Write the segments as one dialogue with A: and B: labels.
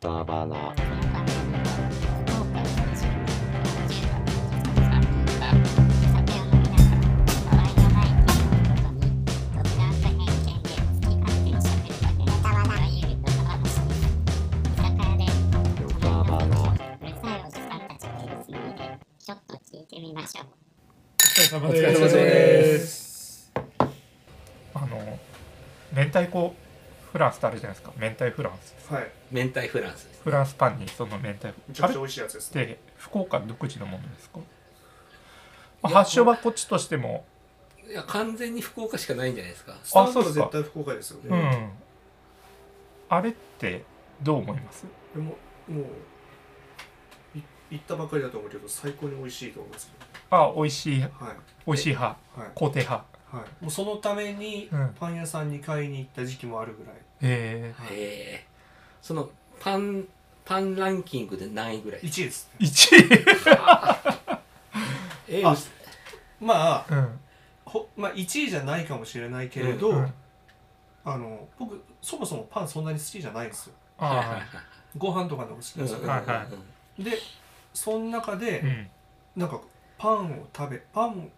A: 歌花歌花
B: ちょっと聞いてみましょう。
C: お疲
D: お疲れ様
C: れ様
D: で
C: です
D: す。
E: あの明太子フランスってあるじゃないですか明太フランス
C: はい。
D: 明太フランスです。
E: フランスパンにその明太
C: めち
E: 子
C: ゃ
E: あれ
C: くち
E: っ
C: ゃ美味しいやつですね。
E: て福岡独自のものですか、まあ、発祥はこっちとしても
D: いや完全に福岡しかないんじゃないですか。
C: スタン
E: あそ
C: ド
E: うですか
C: 絶対福岡ですよ
E: う
C: ね。
E: んあれってどう思います
C: でももうい行ったばかりだと思うけど最高に美味しいと思いますけ
E: あ美味しい
C: ど。はい
E: 美味しい派
C: はい
E: 肯定派
C: はい。もうそのために
E: うん
C: パン屋さんに買いに行った時期もあるぐらい。
E: え
C: はい
D: ええそのパンパンランキングで何位ぐらいですか。
C: 一位です。
E: ー、1位
D: え
C: あまあ
E: うん
C: ほまあ一位じゃないかもしれないけれど、
E: うん
C: あの僕そもそもパンそんなに好きじゃないんですよ。
E: あ
D: は
E: ー
D: いはいは
E: はい
C: ご飯とかの方が好きなんですよ
D: うん
C: ね。
E: はいはい
C: でその中で、
E: うん
C: なんかパンを食べパン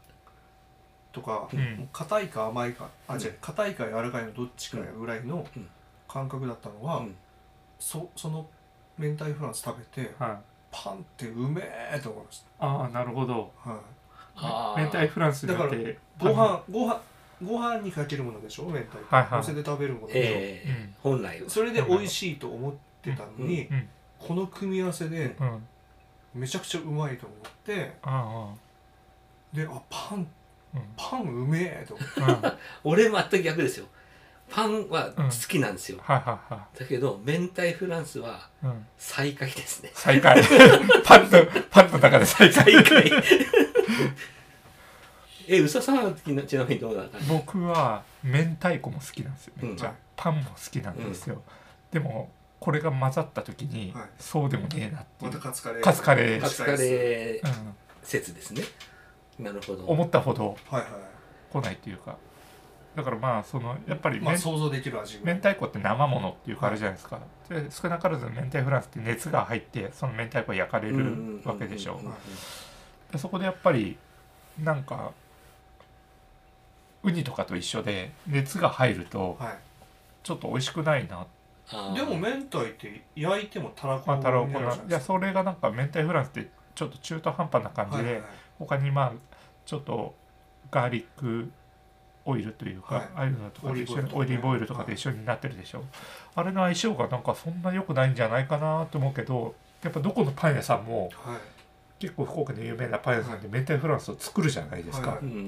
C: とか、
E: うん
C: もう硬いか甘いかあ、
D: うん
C: 違う硬いか柔らかいのどっちかやぐらいの
D: うん
C: 感覚だったのは、
D: うん
C: そその明太フランス食べて
E: はい
C: パンってうめえと思いまし
E: ああなるほど
C: た、はい、
D: あー
E: 明太フランスになって
C: ご飯ご飯ご飯にかけるものでしょ明太子
E: はいはい
C: 乗せて食べるものでしょ、
D: え
E: う
D: え
E: ん
D: 本来は
C: それで美味しいと思ってたのに、
E: うんうん
C: この組み合わせで
E: うん
C: めちゃくちゃうまいと思って
E: あ
C: であパン
E: ーあ
C: パンうめえと思って
E: ーうんうんはい
D: 俺全く逆ですよ。パンは好きなんですよ。
E: はいは
D: だけど明太フランスはい
E: うん
D: 最下位ですね。
E: 最下位パンのパンの中で最下位
D: 最下位。 え、宇佐さんはちなみにどうだったの
E: 僕は明太子も好きなんですよめっちゃ、
C: うん
E: パンも好きなんですよ、でもこれが混ざった時に、
C: はい
E: そうでもねえなってい
C: ま
E: う、
C: たカツカレー
E: カツカレー
D: カツカレー
E: うん、
D: 説ですね。なるほど。
E: 思ったほど
C: はいはい
E: 来ないというかだからまあそのやっぱり、
C: まあ
E: 明
C: 想像できる味ぐら
E: 明
C: い
E: 太子って生ものっていうかあれじゃないですか、で少なからず明太フランスって熱が入ってその明太子が焼かれ
D: うんうん
E: る
D: うん
E: わけでしょ、
D: うん
C: はい
E: でそこでやっぱりなんかウニとかと一緒で熱が入ると
C: はい
E: ちょっと美味しくないな
D: あー
C: でも明太って焼いてもたらこ
E: まあ、
C: に
E: 太
C: な
E: 郎
C: るじ
E: 粉
C: ゃな
E: ないい
C: で
E: や
C: す
E: それがなんか明太フランスってちょっと中途半端な感
C: か
E: じで、
C: はいはい
E: 他にまあちょっとガーリックオイルというか、
C: はい
E: ああいうのとかで一緒に
C: オ
E: オ
C: リ
E: リ
C: ー
E: ーブ
C: ブオ
E: オ
C: イ
E: イ
C: ル
E: ル
C: と
E: と
C: かね
E: かで一緒になってるでしょ、あれの相性がなんかそんな良くないんじゃないかなと思うけどやっぱどこのパン屋さんも
C: はい
E: 結構福岡の有名なパン屋さんで明太フランスを作るじゃないですか、
C: はいは
D: うんうんうん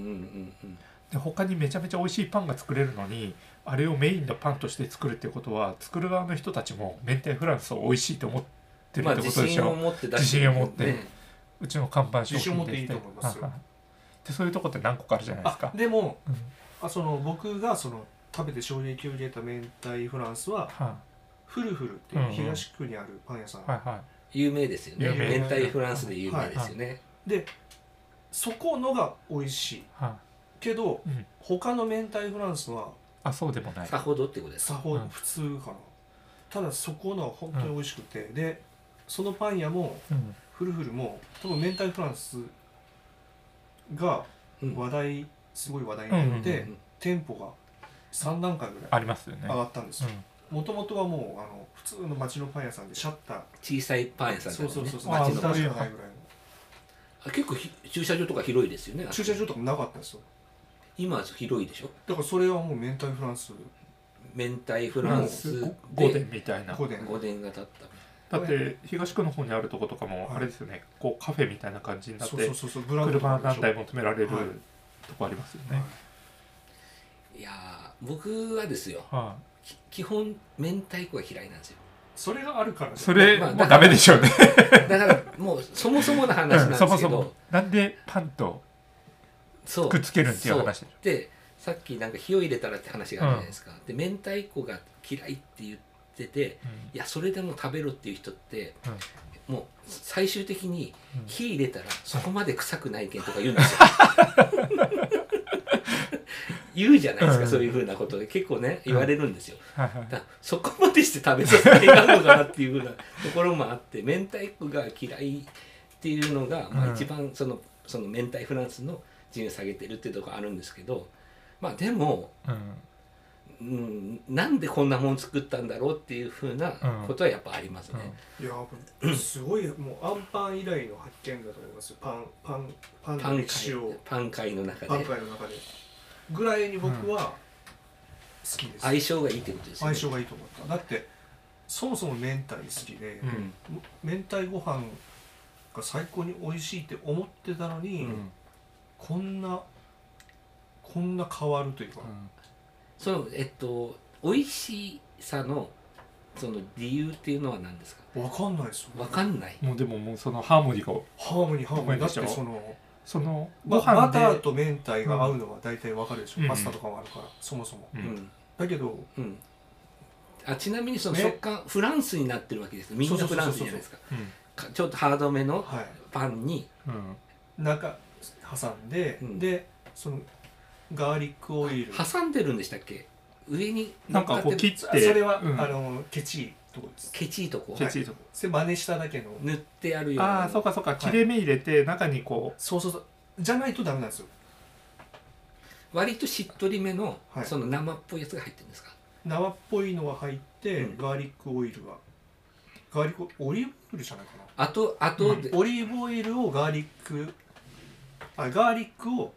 D: うん。
E: で他にめちゃめちゃ美味しいパンが作れるのにあれをメインのパンとして作るってことは作る側の人たちも明太フランスを美味しいと思ってる
D: ま
E: っ
D: あ
E: て
D: 自
E: ことでし
D: 信
E: ょ、
D: を持って出
E: 自
D: して
E: 信を持って
D: ね
E: うちの看板商品で
C: 自信を持っていいと思いますよ
E: ははでそういうとこって何個かあるじゃないです
C: あ
E: か。
C: でも
E: うん
C: あその僕がその食べて衝撃を受けた明太フランスは
E: は
C: フルフルってい
E: うん
C: う
E: うん
C: 東区にあるパン屋さん、
E: いはいは
D: 有名ですよね
E: 有名
D: 明太フランスで有名ですよね、
C: でそこのが美味しい
E: いはい。
C: けど
E: うん、
C: 他の明太フランスは
E: あそうでもない。
D: さほどってことです
C: さほ
E: う
C: ど
E: ん
C: 普通かな、ただそこのは本当に美味しくて、でそのパン屋も
E: うん
C: フルフルも多分明太フランスが
D: うん
C: 話題すごい話題になって、
E: うんうん
D: うん
C: 店舗が3段階ぐらい
E: ありますよね
C: 上。がったんです
E: う
C: よ
E: ん
C: もともとはもうあの普通の町のパン屋さんでシャッター
D: 小さいパン屋さんだ
C: そう
D: よ
C: そう
D: ね
C: そうそう
E: あ
D: 街
C: 街
D: の
E: そ
C: のパ
E: う
C: ン
E: いう
C: 屋さんないぐらいの
D: あ結構ひ駐車場とか広いですよね
C: 駐車場とかなかったんですよ
D: 今は広いでしょ
C: だからそれはもう明太フランス
D: 明太フランス
E: ご
D: で
E: 御殿みたいな。
C: ここで
D: 5年が経った
E: だって東区の方にあるとことかも
C: はい
E: あれですよね。こうカフェみたいな感じになっ
C: そうそ
E: て
C: うそうそうブランドとか
E: 車
C: でし
E: 何
C: ょ
E: 台も止められる
C: はい
E: とこありますよ
C: は
E: ね
C: い。
D: いやー僕はですよ
E: は
D: き基本明太子が嫌いなん ですよ
C: それがあるから
E: い。
C: ね
E: それ
D: まあ
E: もうダメでしょうね。
D: だからもうそもそもの話なん
E: うん
D: です
E: そ
D: け
E: も そ
D: ど、
E: もなんでパンと
D: そう
E: くっつけるっていう話でしょ。
D: でさっきなんか火を入れたらって話があるじゃないですか、で明太子が嫌いって言ってていやそれでも食べろっていう人って、もう最終的に
E: うん
D: 火入れ たらそこまで臭くないけんとか言うんですよ、言うじゃないですか、
E: うん
D: そういうふうなことで結構ね言われるんですよ、
E: はいはい
D: だからそこまでして食べさせていかんのかなっていうふうなところもあって明太子が嫌いっていうのが、ま
E: う
D: あ、
E: ん
D: 一番そのその明太フランスの順位を下げてるっていうところあるんですけどまあでも、
E: うん
D: うん、なんでこんなもん作ったんだろうっていうふうなことはやっぱありますね。
C: いやーすごいもうアンパン以来の発見だと思いますよパンパンパン
D: パ
C: の
D: ン
C: 歴史
D: 界
C: を
D: パン界の中
C: パン
D: で
C: 界の中でぐらいに僕は好きです、
D: 相性がいいってことですよ
C: 相
D: ね。
C: 性がいいと思っただってそもそも明太好きで
E: う、ん
C: 明太ご飯が最高に美味しいって思ってたのに、
E: うん
C: こんなこんな変わるというか、
D: そのえっと美味しさのその理由っていうのは何ですか。
C: わかんないですよ
D: わかんない。
E: もうでももうそのハーモニーが
C: ハーモニーハーモニーだ
E: わ
C: っ
E: かん
C: て
E: ないでしょ
C: その、
E: その
C: ま
E: ご
C: あバ
E: 飯で、
C: ターと明太が合うのは大体わかるでしょ、
E: うん
C: パスタとかもあるからそもそも
E: う
D: うんん
C: だけど
D: うん。あちなみにその
C: ね
D: 食感、フランスになってるわけです。みんなフランスじゃないですか。かちょっとハードめの
C: はい
D: パンに、
E: うんうん
C: 中挟んで、
D: うん
C: でそのガーリックオイル
D: 挟んでるんでしたっけ？上に
E: なんかこう
D: 乗っってる
E: 切っ
C: そ
E: て
C: それは、
E: うん
C: あのケチとこです
D: ケチいとこ
E: ケチいとこ
C: それ真似しただけの
D: 塗ってあるような。
E: ああそうかそうか切れ目入れて中にこ
C: そうそうそうじゃないとダメなんですよ
D: 割としっとりめの、
C: はい
D: その生っぽいやつが入ってるんですか。
C: 生っぽいのが入って、
D: うん
C: ガーリックオイルがガーリックオリーブオイルじゃないかな
D: あとあとで、
C: オリーブオイルをガーリックあガーリッ クを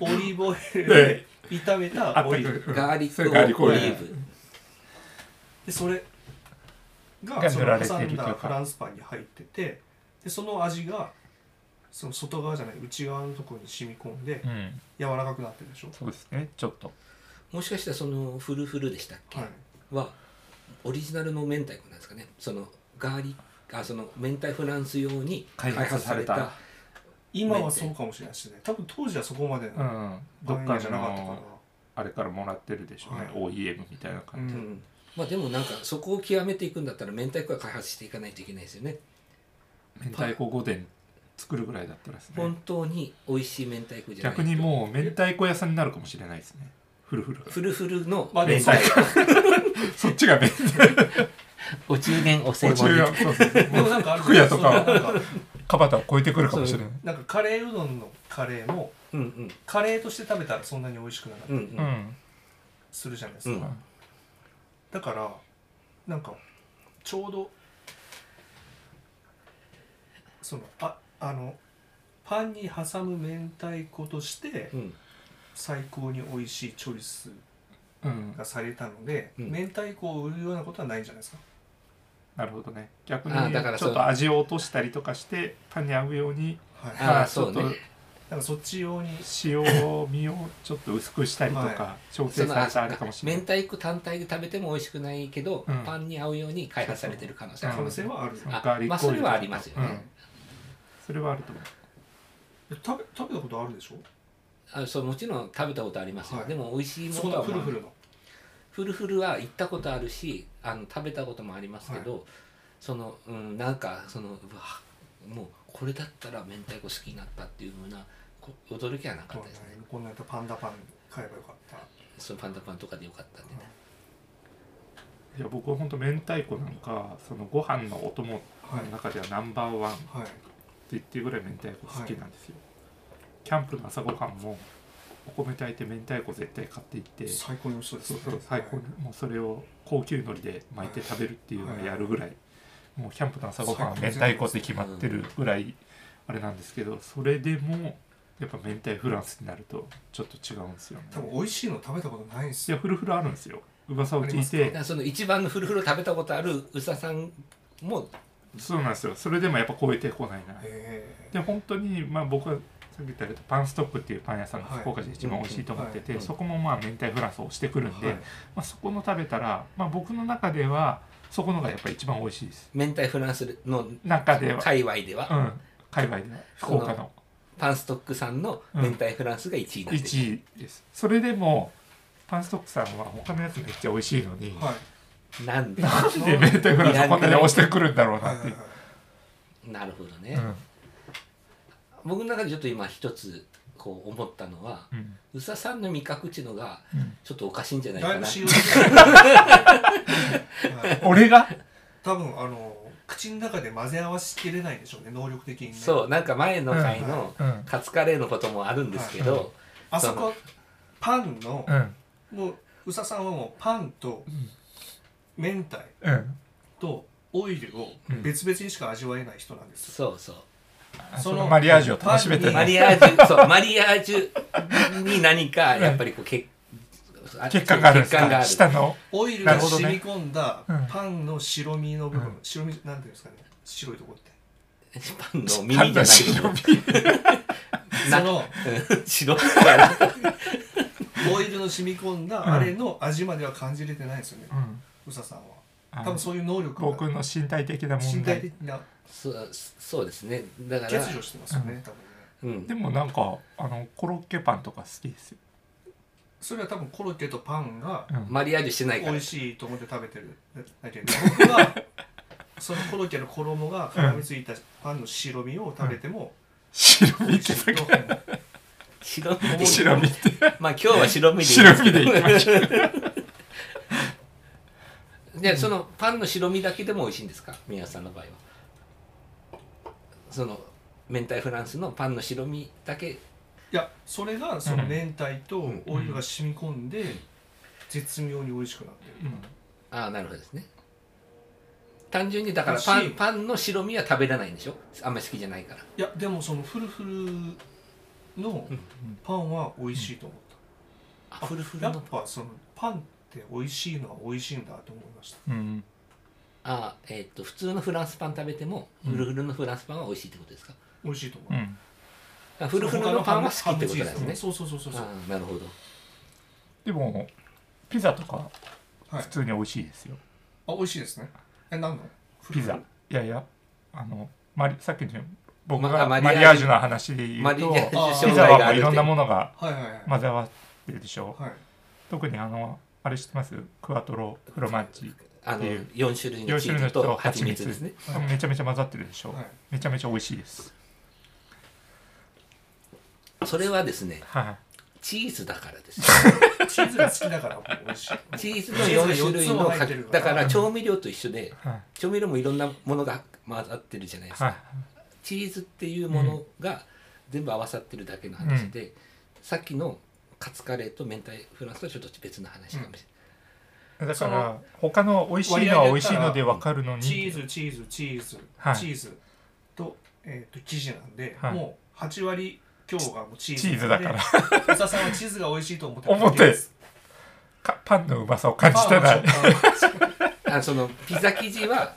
C: オリーブオイルで炒め
E: うあ
C: た
E: った
C: オ
E: か
C: イル
E: く、うん
D: ガーリ
E: それガー
D: ッ
E: リッ
D: ク
E: ク
D: オ
E: オ
D: リ
E: イ
D: ー
E: ル
D: ブ。
C: でそれが
E: が
C: そ
E: 塗ら
C: の
E: れて
C: 挟
E: るとい
C: ん
E: うか
C: だフランスパンに入っててでその味がその外側じゃない内側のところに染み込んで
E: うん
C: 柔らかくなってるでしょ、
E: そうですねちょっと
D: もしかしたらそのフルフルでしたっけ？
C: はい、
D: はオリジナルの明太子なんですかねそのガーリックあその明太フランス用に開
E: 開
D: 発
E: 発
D: さ
E: さ
D: れ
E: れ
D: た
E: た
C: 今はそうかもしれないですね多分当時はそこまで
E: う
C: の
E: んどっ
C: 分野
E: か
C: じゃなかったから
E: のあれからもらってるでしょうね、
C: は
E: OEM みたいな
C: う
E: 感じ、
C: ん、
D: まあでもなんかそこを極めていくんだったら明太子は開発していかないといけないですよね
E: 明太子御殿作るぐらいだったらですね
D: 本当に美味しい明太子じゃない
E: 逆にもう明太子屋さんになるかもしれないですねフルフル
D: フルフルの
C: まあでも
E: 明太そっちが明太
D: お中元お
E: 子
D: 歳暮
E: 中
D: で
E: がそうそう
C: でもなんかある
E: 服屋とか
C: そのなんか
E: カバタを超えてくるかもしれない
C: なんかカレーうどんのカレーも
D: うんうん
C: カレーとして食べたらそんなに美味しくなかっ
D: うんう
C: た
E: う
C: り
E: んん
C: するじゃないです
D: う
C: か、
D: ん
C: だからなんかちょうどそのああのパンに挟む明太子として
D: うん
C: 最高に美味しいチョイス
E: うん
C: がされたので、
D: うん
C: 明太子を売るようなことはないんじゃないですか、
E: なるほどね逆
D: あ
E: に
D: だから
E: ち
D: そう
E: ょっと味を落としたりとかしてパンに合うように
C: はい、
D: あ
C: だ
E: ま
D: ーそうね
E: ちょっと
C: からそっち用に
E: 塩味をちょっと薄くした りと
C: は
E: か調
D: そ
E: 整
D: の
E: さ
D: あ
E: れたあれかもしれ
D: 明
E: ない
D: 太子単体で食べても美味しくないけど、
E: うん
D: パンに合うように開発されてる可能性あ
C: 可
D: り
C: 能
D: ます
C: 性はある、
E: ん
D: あ
E: ガーリック
D: まあ
E: オ
D: それ
E: イルと
D: は
E: か
D: ありますよね、
E: うんそれはあると思う
C: 食べ食べたことあるでしょ
D: あそうもちろん食べたことありますよ、
C: はい
D: でも美味しいも
C: そん
D: の
C: な
D: は
C: フル
D: まあ
C: フルの
D: フルフルは行ったことあるしあの食べたこともありますけど、その、うん、なんかそのうわもうこれだったら明太子好きになったっていうふうなこ驚きはなか
C: こ
D: っ
C: ん
D: た
C: な
D: ですね
C: こんなやったらパンダパン買えばよかった
D: そのパンダパンとかでよかったんでね
E: いや僕は本当明太子なんかそのご飯のお供
C: はい
E: の中ではナンバーワンって
C: はい
E: 言ってるぐらい明太子好きなんですよ、キャンプの朝ごはんもお米炊いて明太子絶対買っていってそ
C: 最高に美味しそうです
E: う
C: ね
E: そう最高にもうそれを高級海苔で巻いて食べるっていうのをやるぐらいもうキャンプの朝ごはんは明太子って決まってるぐらいあれなんですけどそれでもやっぱ明太フランスになるとちょっと違うんですよね
C: 多分美味しいの食べたことないんです
E: い
C: よ
E: やフルフルあるんですよ噂を聞い
D: だ
E: て
D: からその一番のフルフル食べたことある宇佐さんも
E: そうなんですよそれでもやっぱ超えてこないな
C: へえ
E: で本当にまあ僕はさっき言ったようにパンストックっていうパン屋さんが
C: はい
E: 福岡で一番美味しいと思ってて、
D: うんうん
E: そこもまあ明太フランスをしてくるんで、
C: はい
E: まあ、そこの食べたら、まあ、僕の中ではそこのがやっぱ一番美味しいです
D: 明太フランスの
E: 中では、
D: 界隈では、
E: うん、海外では福岡の
D: パンストックさんの明太フランスが1位なんです、
E: 1位ですそれでもパンストックさんは他のやつめっちゃ美味しいのに、
C: はい
D: な んで
E: なんで明太フランスこんなに押してくるんだろう
C: は
E: ないっ
C: は
E: て、
C: いはいいう
D: なるほどね、
E: うん
D: 僕の中でちょっと今一つこう思ったのは
E: うん
D: 宇佐さんの味覚っちゅうのが
E: うん
D: ちょっとおかしいんじゃない
C: だ
D: か
C: いぶ
D: な
C: 信用してないはい
E: 俺が
C: 多分あの口の中で混ぜ合わせきれないんでしょうね能力的にね
D: そうなんか前の回の
E: うん
D: カツカレーのこともあるんですけど、
C: あそこパンの
E: うん
C: もう宇佐さんはもうパンと明太
E: うん
C: とオイルを別々にしか味わえない人なんですよ、
D: そうそう
E: あそのマリアージュを楽しめて
C: う
E: ね
C: ん
D: マリアージ ュそうマリアージュに何かやっぱりこう結あ
E: 結果があるんです
D: 結果があ
E: か
D: る
E: 下の
C: オイル
E: な
C: が
E: るほどね
C: 染み込んだ
E: うん
C: パンの白身の部分、
E: うん
C: 白身なんていうんですかね白いとこって
D: パンの耳じゃない
E: 白身
D: な
C: その
D: うん白だから
C: オイルの染み込ん
E: うん
C: だあれの味までは感じれてないですよね
E: うん
C: 宇佐さんは
E: あの
C: 多分そういう能力
E: 僕
C: が
E: の身体的な問
C: 身体
E: 題
C: 的な
D: そうそうですねだか
C: 欠
D: ら
C: 如してますよね、多分ね
D: うん
E: でもなんかあのコロッケパンとか好きですよ
C: それは多分コロッケとパンが
E: うん
D: マリアージュしてないか
C: 美
D: ら
C: 味しいと思って食べてるだ けど僕はそのコロッケの衣が絡みついたパンの白身を食べても
E: 白
C: 美
E: 身っ
C: 味
E: て
C: しいと
E: だ
C: 思う
D: 白身
E: け
D: で
E: 白身って
D: まあ今日は白身でいいん
E: 白身でいきまし
D: ででそのパンの白身だけでも美味しいんですか宮さんの場合はその明太フランスのパンの白身だけ
C: いやそれがその明太と
D: ん
C: オイルが染み込んで絶妙に美味しくなってる
D: ああなるほどですね単純にだからパ
C: 美味
D: ン
C: しい
D: パンの白身は食べれないんでしょあんまり好きじゃないから
C: いやでもそのフルフルのパンは美味しいと思っ
D: あフルフル
C: た、
D: の
C: やっぱそのパンって美味しいのは美味しいんだと思いました
E: うん
D: あーえっと普通のフランスパン食べてもフルフルのフランスパンは美味しいってことですか
C: 美味しいと思
E: う
C: う、
E: ん
D: あフルフルのパンは好きってことなんですね
C: そうそうそうそうそう
D: あーなるほど
E: でもピザとか
C: はい
E: 普通に美味しいですよ
C: あ美味しいですねえ何のフ
E: ピ
C: ルフ
E: ザ
C: ル
E: いやいやあのマリさっきの僕
D: まあ
E: が
D: マ
E: マ
D: リアージ
E: リアージ
D: ュ
E: ュの話で言
D: マ
E: う
D: リ
E: と
D: アージ
C: あ
D: ュ
C: ー
E: ピ
D: 障
E: ザは
D: 害
E: も
D: があ
E: う
D: る
E: いろんな
D: の
E: ものが
C: はいはいはい、
E: 混ぜ合わってるでしょ
C: はい
E: 特にあのあれ知ってますクワトロフロマッチ
D: あの4種類の
E: 4
D: チ
E: 種類
D: ー
E: の
D: ズ
E: 人
D: と
E: と
D: 蜂
E: 蜂
D: 蜜
E: 蜜
D: ですね
C: はい
E: めちゃめちゃ混ざってるでしょ、
C: はい
E: めちゃめちゃ美味しいです
D: それはですね
E: はい
D: チーズだからですよ
C: チーズが好きだからもう美 味しい。
D: チーズの4種類の
C: チーズが四つも入ってる
D: か
C: か
D: だ
C: ら
D: から調味料と一緒で
E: はい
D: 調味料もいろんなものが混ざってるじゃないですか
E: はい
D: チーズっていうものが全部合わさってるだけの話で、さっきのカツカレーと明太フランスとはちょっと別の話かもし
E: だ
C: そ
E: から
C: の
E: 他の美味しいのは美味しいので分かるのに
C: チーズ、チーズ、チーズ、
E: はい
C: チーズと、えーと、生地なんで、
E: はい
C: もう8割強がもうチーズ。
E: チーズだから。
C: 宇佐さんはチーズが美味しいと思って
E: 思ってかパンのうまさを感じてない
D: れないあそのピザ生地は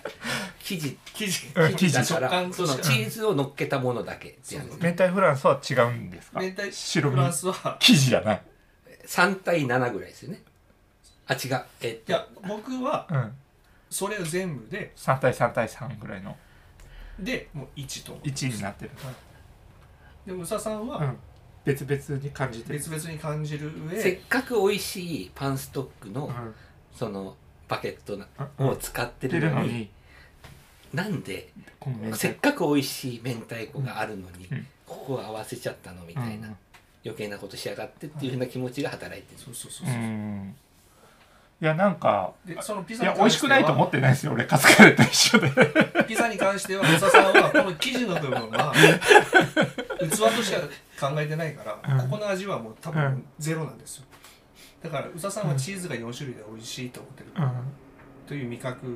D: 生地
C: 生地。
E: うん
D: 生地だか
C: 食
D: ら
C: 感
D: そ
C: と
D: の
C: しか
D: チーズを乗っけたものだけってやつ
E: 明太フランスは違うんですか
C: 明太
E: 白
C: フラン
E: 身
C: スは、
E: 生地じゃない、
D: 3対7ぐらいですよねあ違うえっ
C: い
D: と
C: や、僕は
E: うん、
C: それを全部で、
E: 3対3対3ぐらいの
C: で、もう1と思う。
E: 1になってる、
C: でも宇佐さん
E: う
C: は
E: ん、別々に感じてる
C: 別々に感じる
D: せ
C: 上
D: っ、かく美味しいパンストックの
E: うん
D: そのバケットな
E: うん
D: を使って
E: 出
D: る
E: る
D: の
E: の
D: に
E: に
D: なんで
E: この明
D: せ
E: 太
D: っかく美味しい明太子があるのに
E: うん
D: ここは合わせちゃったのみたいな
E: うん
D: 余計なことしやがってっていうふうな気持ちが働いてる
C: そうそうそう
E: う
C: そう。
E: んいやなんか
C: で、そのピ
E: い
C: ザに
E: や
C: 関ては
E: 美味しくないと思ってないですよ俺カツカレーと一緒で
C: ピザに関しては宇佐さんはこの生地の部分は器としか考えてないから、
E: うん
C: ここの味はもう多
E: う
C: 分
E: ん
C: ゼロなんですよだから宇佐さんはチーズが4種類で美味しいと思ってる、
E: うん
C: という味覚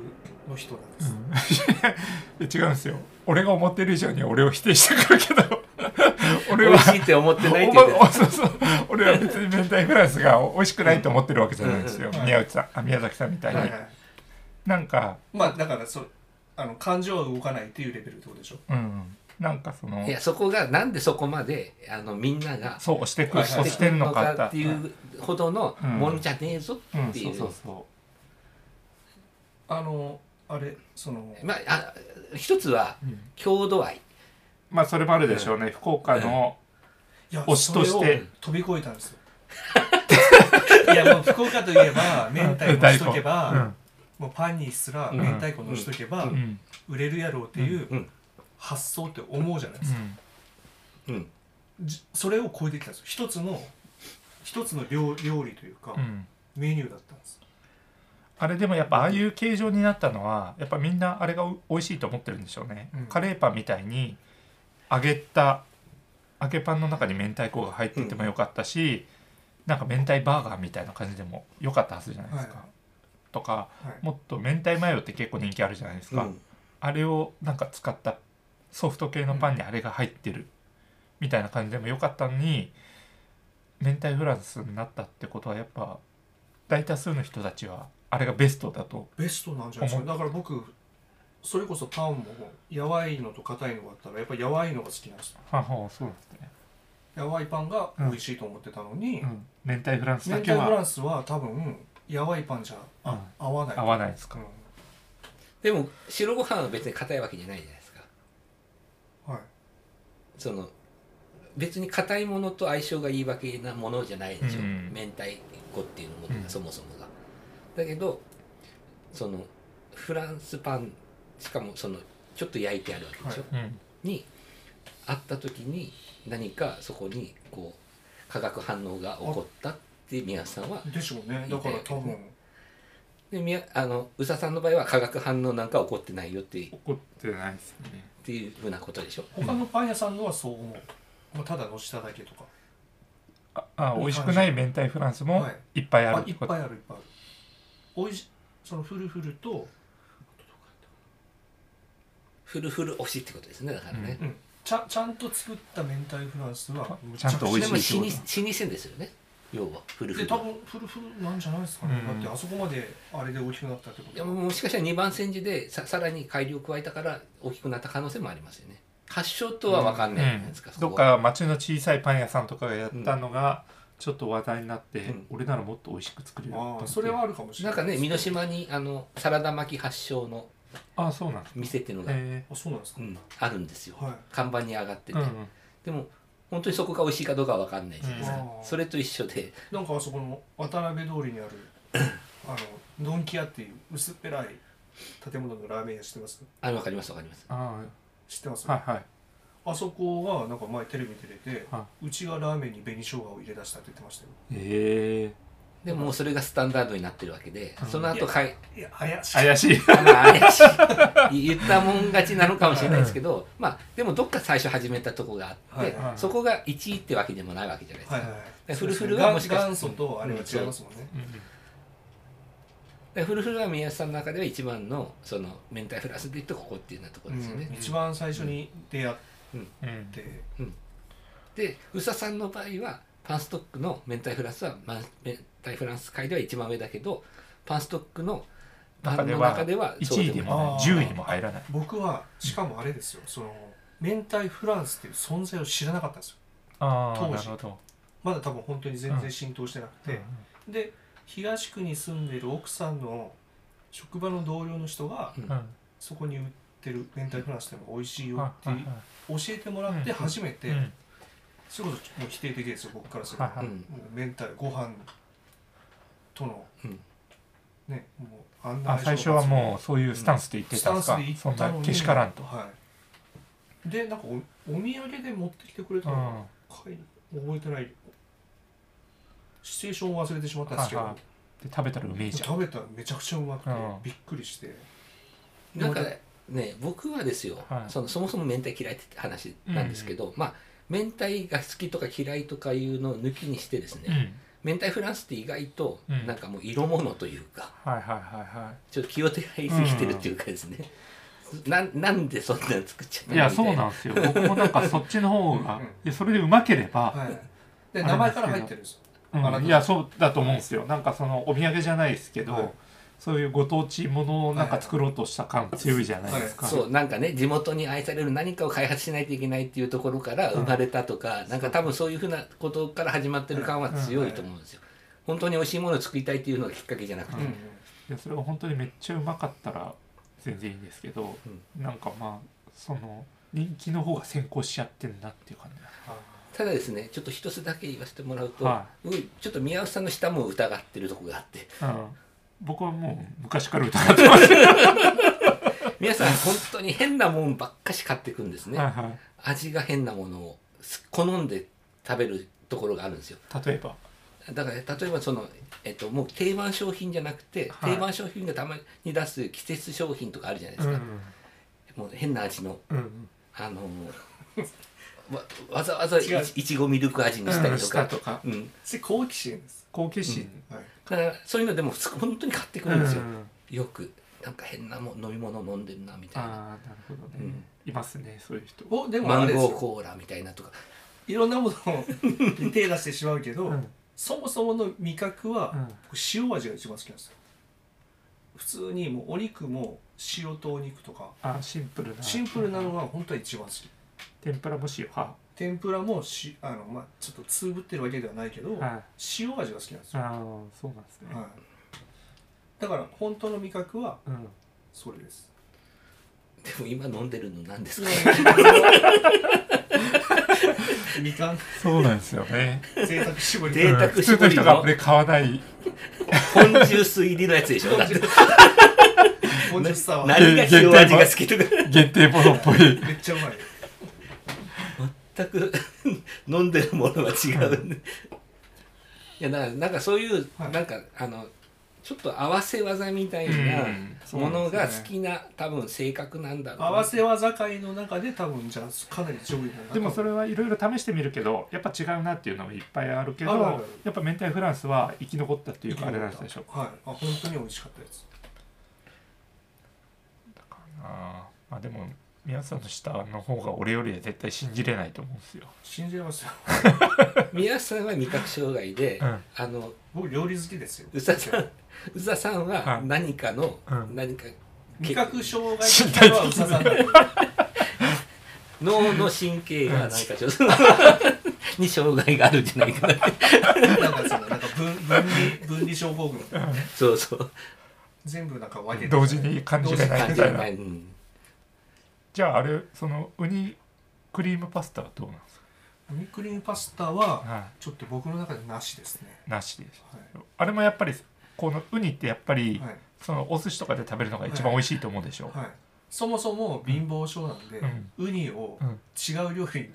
C: の人なんです、
E: いや違うんですよ俺が思ってる以上に俺を否定してくるけど俺
D: 美
E: は
D: 味しいって思ってないって言って
E: お
D: た
E: 前おそうそう俺は別に明太フランスが美味しくないと思ってるわけじゃないんですよ、
C: うん
E: 宮内さんあ宮崎さんみたいに、
C: はいはい
E: なんか
C: まあだからそあの感情は動かないっていうレベルってことでしょ
E: うんなんかその
D: いやそこがなんでそこまであのみんなが
E: そう押してく
C: は
E: る
C: い
E: 押してるのか
D: っていうほどのものじゃねえぞ
E: うん
D: っていう
E: そうそうそ
C: あのあれその
D: まああ一つは
E: う、うん
D: 郷土愛
E: まあそれもあるでしょうね、福岡の、
C: いや
E: 推しとして
C: それを飛び越えたんですよ いやもう福岡といえば明太子にしとけば、もうパンにすら
D: うん
C: 明太子のしとけば、
E: うんうん
C: 売れるやろうっていう
D: うん
C: 発想って思うじゃないで
E: う
C: すか、
E: ん
D: うん
C: じそれを超えてきたんですよ一つの一つの料料理というか、
E: うん、
C: メニューだったんです
E: あれでもやっぱああいう形状になったのはやっぱみんなあれがお美味しいと思ってるんでしょうね、
C: うん
E: カレーパンみたいに揚げた揚げパンの中に明太子が入っててもよかったし、なんか明太バーガーみたいな感じでもよかったはずじゃないですか、
C: はい
E: とか
C: はい
E: もっと明太マヨって結構人気あるじゃないですか、
D: うん
E: あれをなんか使ったソフト系のパンにあれが入ってるみたいな感じでもよかったのに明太フランスになったってことはやっぱ大多数の人たちはあれがベストだと
C: ベストなんじゃないですか
E: 思
C: だから僕それこそパンもやわいのと硬いのがあったらやっぱやわいのが好きなんですよ
E: はあはあそうなんですね、
C: やわいパンが美味しいと思ってたのに、
E: うん、明太フランス
C: 明
E: だけ
C: 太フラ
E: は
C: ンスは多分やわいパンじゃあ
E: うん
C: 合わない
E: 合わないですか
C: うん
D: でも白ご飯は別に硬いわけじゃないじゃないですか
C: はい
D: その別に硬いものと相性がいいわけなものじゃないでしょ、
E: うん
D: 明太子っていうもの
E: う
D: が
E: ん
D: そもそもが、だけどそのフランスパンしかもそのちょっと焼いてあるわけでしょ、
C: は
E: うん
D: にあった時に何かそこにこう化学反応が起こったって宮さんは
C: でしょうねだから多分
D: で宮あの宇佐さんの場合は化学反応なんか起こってないよっていうっ
E: 怒ってないですよね
D: ていうふうなことでしょ
C: 他のパン屋さんのはそう思う、まあ、ただのしただけとか
E: ああ美味しくない明太フランスも
C: はい
E: いっぱいあ
C: あ
E: る
C: いっぱいあるいっぱいあるおいしそのフルフルと
D: フルフル推しってことですねだからね、
C: うんちゃちゃんと作った明太フランスはむ
E: ちゃんと美味
D: でも老舗
E: しいってこ
D: ですよね要はフルフ
C: で
D: ル
C: 多分フルフルなんじゃないですかね、
E: うん
C: だってあそこまであれで大きくなったってこ
D: い
C: と
D: やもうもしかしたら2番煎じでささらに改良を加えたから大きくなった可能性もありますよね発祥とは分かんないじゃないですか、
E: ど
D: そ
E: っ
D: こは
E: か町の小さいパン屋さんとかがやったのがちょっと話題になって、
D: うん
E: 俺ならもっと美味しく作れると思っ
C: あ
E: て
C: あそれはあるかもしれ
D: な
C: なんい
D: かね箕島にあのサラダ巻き発祥の
E: ああそうなんです
D: 店っていうのが、
E: ね
C: あそうなんですか
D: う、ん、あるんですよ、
C: はい
D: 看板に上がって
E: う
D: て、
E: んうん
D: でも本当にそこが美味しいかどうかは分かんないじゃないですか、
C: うん
D: それと一緒で
C: なんかあそこの渡辺通りにあるあのドンキ屋っていう薄っぺらい建物のラーメン屋知ってます
D: あ分かります分かります
E: あ
C: 知ってます、
E: あはいはい
C: あそこがなんか前テレビ出てて、
E: は
C: うちがラーメンに紅生姜を入れ出したって言ってましたよ
E: ええ
D: でももうそれがスタンダードになってるわけで、
E: うん
D: その後かい
C: いや怪しい
E: 怪しい
D: あまあ怪しい言ったもん勝ちなのかもしれないですけど、まあでもどっか最初始めたとこがあって、
C: はい
E: はい
D: そこが1位ってわけでもないわけじゃないですか、
C: はいはいはい
D: でフルフルはもしかしたら
C: 元祖とあれは違いますもんね、
D: でフルフルは宮下さんの中では一番のその明太フランスで言うとここっていうようなところですよね、
C: うん一番最初に出会っ
E: うんうん
C: て、
D: で宇佐さんの場合はパンストックの明太フランスは、まあ、明太フランス界では一番上だけどパンストックのパンの中ではそう
E: 1位で
D: ない
E: もない
C: そうでも
E: 10位にも入らない
C: 僕はしかもあれですよその明太フランスっていう存在を知らなかったんですよ
E: ああ
C: 当
E: なる
C: 時
E: ほど
C: まだ多分本当に全然浸透してなくて、で東区に住んでる奥さんの職場の同僚の人が
E: うんうん
C: そこに売ってる明太フランスでも美味しいよ
E: はい
C: って
E: はい
C: いう教えてもらって初めて
E: はいうん
C: それこそもう否定的ですよ僕からすると、
E: はいはい
D: うん
C: もう明太ご飯との、
D: うん
C: ねもうあんな
E: あ最初はもうそういうスタンスで言って
C: ス
E: た
C: タ
E: んで
C: ン
E: す
C: ス
E: かそ
C: で行
E: ん
C: った
E: な
C: のに
E: けしからんと
C: はいでなんかおお土産で持ってきてくれた
E: う
C: の、
E: ん
C: はい覚えてないシチュエーションを忘れてしまったんですけど、
E: はいはで食べたらうめえじゃん
C: 食べたらめちゃくちゃうまくて、
E: うん
C: びっくりして
D: なんかね僕はですよ、
E: はい
D: そのそもそも明太嫌いって話なんですけど、まあ明太が好きとか嫌いとかいうのを抜きにしてです
E: う
D: ね、
E: ん
D: 明太フランスって意外と
E: うん
D: なんかもう色物というか、
E: はいはいはいは
D: ちょっと気を手配すぎてるっていうかですね、ななんでそんなの作っちゃった
E: い
D: の
E: いやそうなんですよ僕もなんかそっちの方が
C: うんうん
E: いやそれでうまければ
C: はいで
E: あれ
C: 名前から
E: ですけど
C: 入ってるんですよ
E: うん
C: あなた
E: いやそうだと思うんですよなんかそのお土産じゃないですけど、
C: はい
E: そういうご当地ものをなんか作ろうとした感強いじゃないですか、
D: そうなんかね地元に愛される何かを開発しないといけないっていうところから生まれたとか、なんか多分そういうふうなことから始まってる感は強いと思うんですよ。本当に美味しいものを作りたいっていうのがきっかけじゃなくて、
C: うんうん
E: いやそれが本当にめっちゃうまかったら全然いいんですけど、なんかまあその人気の方が先行しちゃってるなっていう感じ
C: あ
D: ただですねちょっと一つだけ言わせてもらうと、
E: は
D: 僕ちょっと宮内さんの舌も疑ってる とこがあって
E: うん、僕はもう昔から疑ってますね
D: 皆さん本当に変なもんばっかし買ってくんですね
E: はいはい
D: 味が変なものをす好んで食べるところがあるんですよ
E: 例えば
D: だから例えばその、えっと、もう定番商品じゃなくて、
E: はい
D: 定番商品がたまに出す季節商品とかあるじゃないで
E: う
D: す
E: ん
D: か、もう変な味の
E: うん
D: あのわわざわざい
C: 違う
D: いちごミルク味にした
E: う
D: り
E: ん
D: と
E: した
D: か、
E: とか
D: うん
C: それ好奇心です、
E: 好奇心
C: はい、
D: だからそういうのでもす本当に買ってく
E: う
D: るんですよ、
E: ん
D: よくなんか変なもん飲み物飲んでるなみたいな
E: ああなるほど
D: う
E: ね
D: ん
E: いますねそういう人
C: おでも
D: マ
C: あ
D: ン
C: れです
D: ゴー
C: よ
D: コーラみたいなとか
C: いろんなものに 手出してしまうけど、
E: うん
C: そもそもの味覚は、
E: うん
C: 僕塩味が一番好きなんですよ普通にもうお肉も塩とお肉とか
E: あシンプルな
C: シンプルなのが本当は一番好き
E: 天ぷらも塩は
C: 天ぷらもしあの、まあ、ちょっとつぶってるわけではないけど、
E: いあ
C: 塩味が好きなんで
E: あ
C: すよ、
E: ーそうなんですね
C: はい、だから本当の味覚は
E: うん
C: それです
D: でも今飲んでるの何ですか
C: みかん
E: そうなんですよ ね
C: 贅沢絞り
D: 贅沢
E: うん普通の人があんまり買わない
D: ポンジュース入りのやつでしょだって
C: ポンジュースタワー
D: 何が塩味が好きとか
E: 限定ものっぽい
C: めっちゃうまい
D: 全く飲んでるものは違う、ね、いやだからなんかそういう、
C: はい
D: なんかあのちょっと合わせ技みたいな
E: うんそうな
D: も
E: んですね
D: のが好きな多分性格なんだろうな
C: 合わせ技界の中で多分じゃあかなり上位なんだ
E: でもそれはいろいろ試してみるけどやっぱ違うなっていうのもいっぱいあるけど
C: あるあるある
E: やっぱ明太フランスは生き残ったっていうかあれなんでしょう
C: はいあ本当に美味しかったです
E: あーまあでも皆さんの下の方が俺よりは絶対信じれないと思うんですよ、
C: 信じれますよ
D: 宮下さんは味覚障害で、
E: うん
D: あの
C: 僕料理好きですよ
D: 宇佐さん宇佐さんは
E: はい
D: 何かの、
E: うん
D: 何か
C: 味覚障害的なのは宇佐さんだ
D: 脳の神経が何かちょっと に障害があるんじゃない かな
C: なんかそのなんか分分離分離症候群
D: そうそう
C: 全部なんか分けて
E: 同時に感じれない
D: 感
E: み
D: じ
E: た
D: が
E: いな
D: ない、うん
E: じゃああれそのウニクリームパスタはどうなんです
C: ミクリームパスタ
E: か
C: は
E: は
C: ちょっと僕の中でなしですね
E: いなしです
C: は
E: あれもやっぱりこのウニってやっぱ
C: い、
E: り、
C: はい
E: そのお寿司とかで食べるのが一番美味しいと思うでしょ、
C: はい、そもそも貧乏症なんで、
E: うん
C: ウニを
E: うん
C: 違う料理に、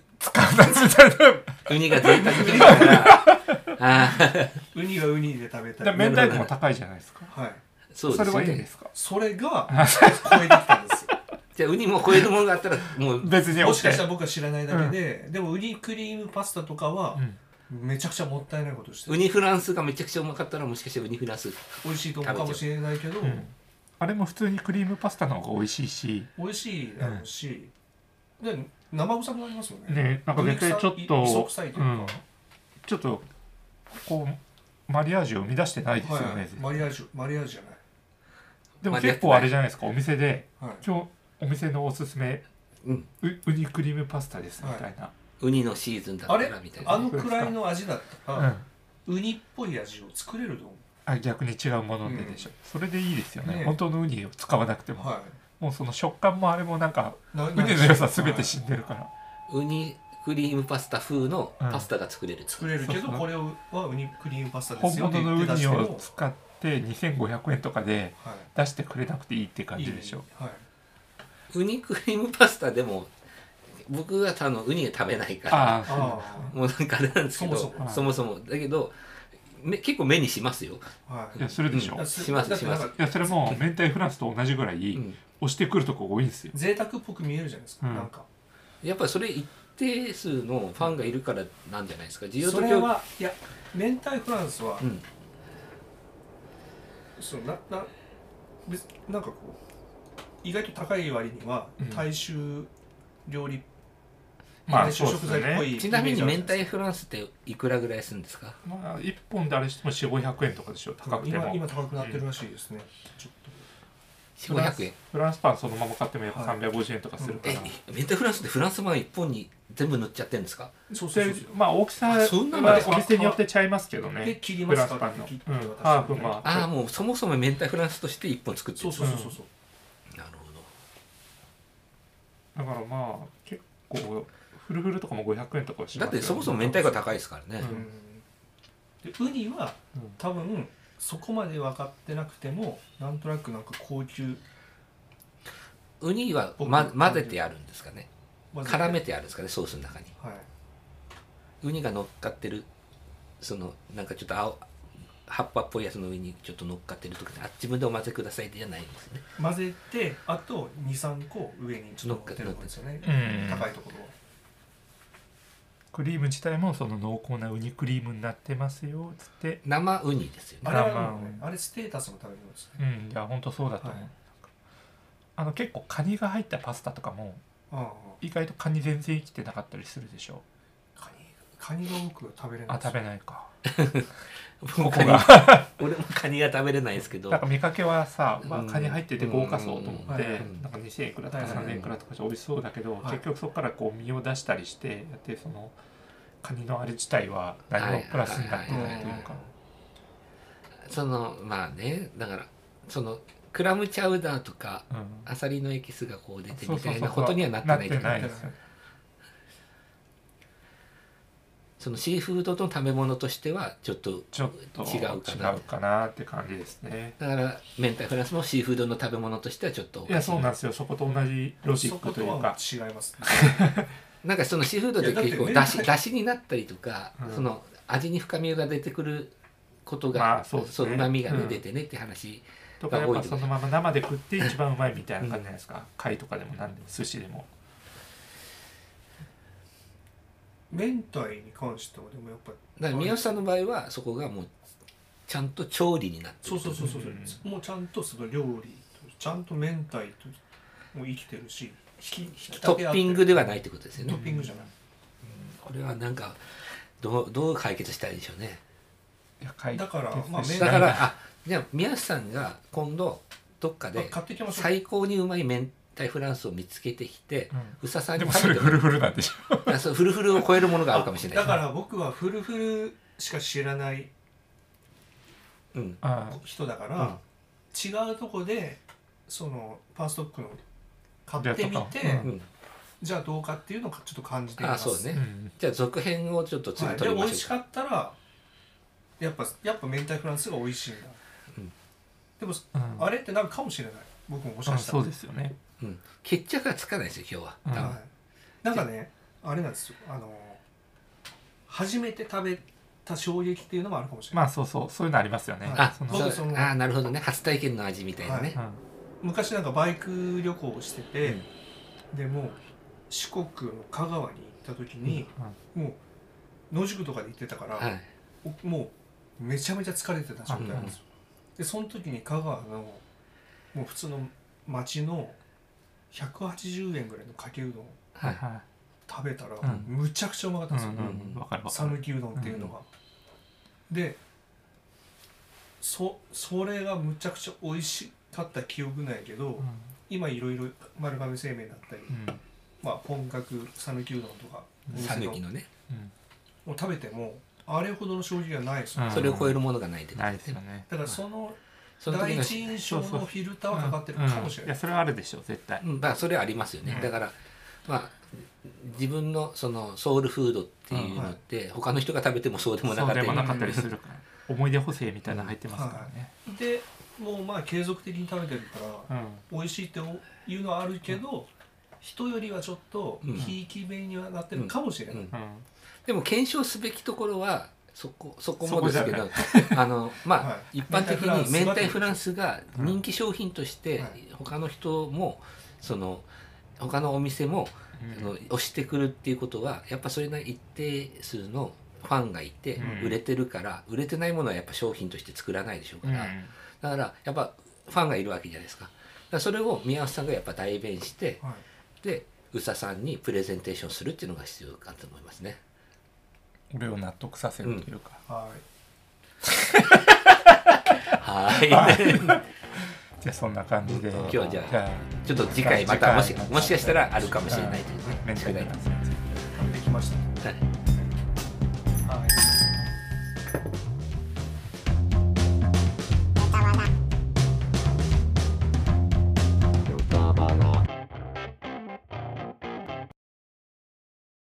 D: ウニが贅沢品だから あー
C: ウニはウニで食べた
E: で
C: い、
E: 明太子も高いじゃないですか
C: はい、
D: そう
E: そ
D: で
E: れ
D: す
E: はいいんで
D: ね。
E: すか
C: それが 超えてきたんですよ
D: じゃあウニも超えるものがあったらもう
E: 別に
C: もしかしたら僕は知らないだけで、でもウニクリームパスタとかは
E: うん
C: めちゃくちゃもったいないことして
D: ウ
C: る
D: ニフランスがめちゃくちゃうまかったらもしかしてウニフランス
C: 美味しいと思うかもしれないけど、
E: うんあれも普通にクリームパスタの方が美味しいし
C: 美味しいだろうし、で生臭くなりますよね
E: ねなんか絶対ちょっ
C: お肉さい磯
E: と
C: 臭いという
E: うん
C: か、
E: ちょっとこうマリアージュを生み出してないですよね、
C: はい、マリアージュマリアージュじ
E: でも
D: マリア
E: 結構あれじゃないですかお店で
C: ゃない、はい、
E: 今日お店のおすすめ
D: うん
E: ウウニクリームパスタですみたいな、
D: ウニのシーズンだった
C: あれ
D: らみたい
C: あ
D: なね。
C: のくらいの味だった
E: う
C: ら、
E: ん
C: ウニっぽい味を作れると思
E: あ逆に違うものででしょ、それでいいですよね
C: ね
E: 本当のウニを使わなくても、
C: う、は
E: もうその食感もあれもなんか
C: い、な
E: ウニの良さ全て死んでるから、
D: ウニクリームパスタ風のパスタが作れる。
C: 作れるけ
E: そう
C: ど
E: そう
C: これはウニクリームパスタで
E: 本
C: すよって
E: 物の
C: 言っ
E: ウ
C: て出し
E: ニ
C: て
E: を
C: も
E: 使って2500円とかで
C: は
E: 出してくれなくていいって感
C: い、い
E: じ
C: い
E: でしょ、
C: はい、
D: ウニクリームパスタでも僕はあのウニが食べないから
E: ああそうなんですね
C: あ
D: もうなんかあれなんですけど
C: そも
E: そも
D: そもそもだけどめ結構目にしますよ。
C: あはい
E: いやするでしょ、
D: うん
E: い
C: だ
E: や
D: します
C: だってなんか
D: し
E: それも明太フランスと同じぐらい
D: うん
E: 押してくるとこ多いんですよ、
C: 贅沢っぽく見えるじゃないですか、
E: うん
C: なんか
D: やっぱりそれ一定数のファンがいるからなんじゃないですか。需要と
C: そ
D: 供
C: れはいや明太フランスは、
D: うん
C: そのなな別なんかこう意外と高い割には
E: うん
C: 大衆料理、
E: まあ
C: 大衆
E: そうで
C: 食
E: す
C: 材っぽ
E: ね
C: い
D: ちなみに
C: イメ
D: 明
C: ージある
D: 太フランスっていくらぐらいするんですか
E: まあ1本であれしても4500円とかでしょ高く
C: じ
E: て
C: ゃない
E: も
C: ですか今今高くなってるらしいですね、ちょっと
E: フランス
D: 400円
E: フランスパンそのまま買ってもやっぱ350円とかするから、
D: え明太フランスってフランスパン1本に全部塗っちゃってるんですか
C: そうそう
E: で
C: そう
E: まあ大きさ
D: あ
E: は
D: そんなのです
C: か
E: お店によってちゃいますけどね
C: で切り
E: フ
C: ま
E: ラン
C: す
E: ス
C: か
E: パンの、
C: 切って
E: うん
C: 渡すよね
E: ハーフま
D: ああもうそもそも明太フランスとして1本作って
C: そ
D: る
C: うそうそうそうそう
D: なるほ
E: だ
D: ど
E: からまあ結構フルフルとかも500円とかはしま
D: だ
E: す
D: ってそもそも明太子は高いですから
E: う
D: ね、
E: ん
C: でウニは
E: うん
C: 多分そこまで分かってなくてもなんとなくなんか高級
D: ウニは、ま、混ぜてあるんですかね
C: 混ぜて
D: 絡めてあるんですかねソースの中に
C: はい
D: ウニが乗っかってるそのなんかちょっと青葉っぱっぽいやつの上にちょっと乗っかってるとかあ自分でお混ぜくださいってじゃないんですね
C: 混ぜてあと23個上にちょっと乗ってるんですよね
E: うん
C: 高いところを
E: クリーム自体もその濃厚なウニクリームになってますよっつって
D: 生ウニですよね
C: あれは
E: まあ
C: もうねあれステータスのためのですね
E: うんいやほんとそうだと思う、
C: はい
E: あの結構カニが入ったパスタとかも
C: ああ
E: 意外とカニ全然生きてなかったりするでしょ
C: カニカニが僕食べれな
E: あ
C: いんですよ
E: 食べないか
D: 僕もカニ
E: こ
D: 俺もカニが食べれないですけど
E: なんか見かけはさ、ま
D: う
E: あ、
D: ん
E: カニ入ってて豪華そうと思って、
C: うん
E: なんか2000いくらとか
C: はいはいはい
E: 3000いくらとかじゃ美味しそうだけど、
C: はい
E: 結局そこからこう身を出したりしてやってそのカニのあれ自体は何もプラスになってないというか、
D: そのまあねだからそのクラムチャウダーとか
E: うん
D: アサリのエキスがこう出て
E: そう
D: み
E: そうそう
D: たいなことにはなってないけ
E: な
D: ど
E: ってないですよ
D: そのシーフードと食べ物としてはちょっと
E: ちょっと
D: 違
E: 違
D: うかな
E: うかなって感じですね
D: だから明太フランスもシーフードの食べ物としてはちょっとお
E: い
D: か
E: や
D: しい
E: そうなんですよそこと同じロジ
C: そ
E: ッ
C: こ
E: クとい
C: と
E: うか
C: は違 います、ね、
D: なんかそのシーフードで
C: いやだって
D: 結構
C: 明
D: だ
C: 太
D: しだしになったりとか、
E: うん
D: その味に深みが出てくることが、
E: まあそうですね
D: うまみがね、
E: うん
D: 出てねって話
E: とかやっぱそのまま生で食って一番うまいみたいな感じじゃないですか貝とかでも何でも寿司でも
C: 明太に関してはでもやっぱり
D: だから宮内さんの場合はそこがもうちゃんと調理になって
C: そう
D: る
C: そうそうそう、
E: う
C: もうちゃんとその料理とちゃんと明太とも生きてるし引き引き立て
D: ト
C: 合ってる
D: ッピングではないってことですよ
C: ト
D: ね、
C: ッピングじゃない、
D: これはなんかどうどう解決したらいいんでしょうね
E: いや貝
C: だからまあ
E: ですね
D: だからあじゃあ宮内さんが今度どっかで
C: 買ってきましょう
D: 最高にうまい明太フランスを見つけてきて
E: うん
D: 宇佐さん
E: で
D: に
E: も
D: 食
E: そ
D: べ
E: れフ
D: ても
E: ルフルなんでしょ
D: らうそうフルフルを超えるものがあるかもしれない
C: だから僕はフルフルしか知らない
D: うん
E: あ
C: 人だから、違うとこでそのパンストックの買ってみて、
E: じゃあとか
D: うん
C: じゃあどうかっていうのをちょっと感じてい
D: あ
C: ま
D: あ
C: す
D: そう
E: あう
D: ね、
E: ん
D: じゃあ続編をちょっと次
C: はい、で
D: 取り
C: も
D: ま
C: 美味し
D: しょ
C: か
D: うか
C: ったらやっぱやっぱ明太フランスが美味しいんだ、
D: うん
C: でも
E: うん
C: あれってなるかもしれない僕ももし
E: あ
C: かした
E: そ
C: ら
E: うですよね
D: うん、決着がつかないですよ今日は、
E: うん
D: 多分
C: はい、なんかねあれなんですよあの初めて食べた衝撃っていうのもあるかもしれない、
E: まあそうそうそういうのありますよね、
C: はい
D: あ
E: その
D: そう
C: 僕その
D: あーなるほどね初体験の味みたいなね、
E: うん
C: 昔なんかバイク旅行をしてて、でもう四国の香川に行った時に、もう野宿とかで行ってたから、
D: はい
C: おもうめちゃめちゃ疲れてた状態なんですよ、でその時に香川のもう普通の町の180円ぐらいのかけうどんを
E: は
D: はいい、
E: は
C: 食べたら、
E: うん
C: むちゃくちゃうまかったん
E: い
C: ですよ、
E: うんうんわかるわか
C: 讃
E: る
C: 岐うどんっていうのが、でそそれがむちゃくちゃ美味しかった記憶なんやけど、
E: うん
C: 今いろいろ丸亀製麺だったり、
E: うん
C: まあ本格讃岐うどんとかお
D: さ
C: 店
D: ぬ
C: の
D: きのね、
E: うん
C: を食べてもあれほどの衝撃がないですよ、
E: うん
D: それを超えるものがないってこと
E: ない
D: で
E: です
D: す
E: よ
D: ね
E: ね
C: だからその
D: その
C: 第
D: 時の
C: 一印象のフィルターはかかってるかもしれ
E: うんいや
C: ない、
E: それはあるでしょ絶対
D: うんまあそれはありますよね、
E: うん
D: だからまあ自分のそのソウルフードっていうのって他の人が食べてもそうでもな
E: そう
D: かった
E: で
D: り
E: もなかったりするから思い出補正みたいなの入ってますからね、
C: でもうまあ継続的に食べてるから
E: うん
C: 美味しいっていうのはあるけど、人よりはちょっとひいき目にはなってるかもしれない、
D: うん
E: うん
D: でも検証すべきところはそこそこ
E: そ
D: も
E: こ
D: で
E: じゃ
D: す
E: な
D: け
E: い
D: どあのまあ、
C: は
D: 一般的に
C: 明太フランスは
D: 明太フランスが人気商品として
C: はい
D: 他の人もその他のお店もあの押してくるっていうことはやっぱそれなりに一定数のファンがいて
E: うん
D: 売れてるから売れてないものはやっぱ商品として作らないでしょう
E: う
D: か
E: ん
D: らだからやっぱファンがいるわけじゃないですかだからそれを宮内さんがやっぱ代弁して
C: はい
D: で宇佐さんにプレゼンテーションするっていうのが必要かと思いますね。
E: 俺を納得させるというか、
C: はい
D: はい
E: じゃあそんな感じで
D: 今日はじゃあ
E: じゃ
D: ちょっと次回またもし
E: 次回
D: もしかしたらあるかもしれないというね
E: あ。メンテ
D: 宿
E: ナ
D: 題
E: ンス
D: はい
C: できました
D: はい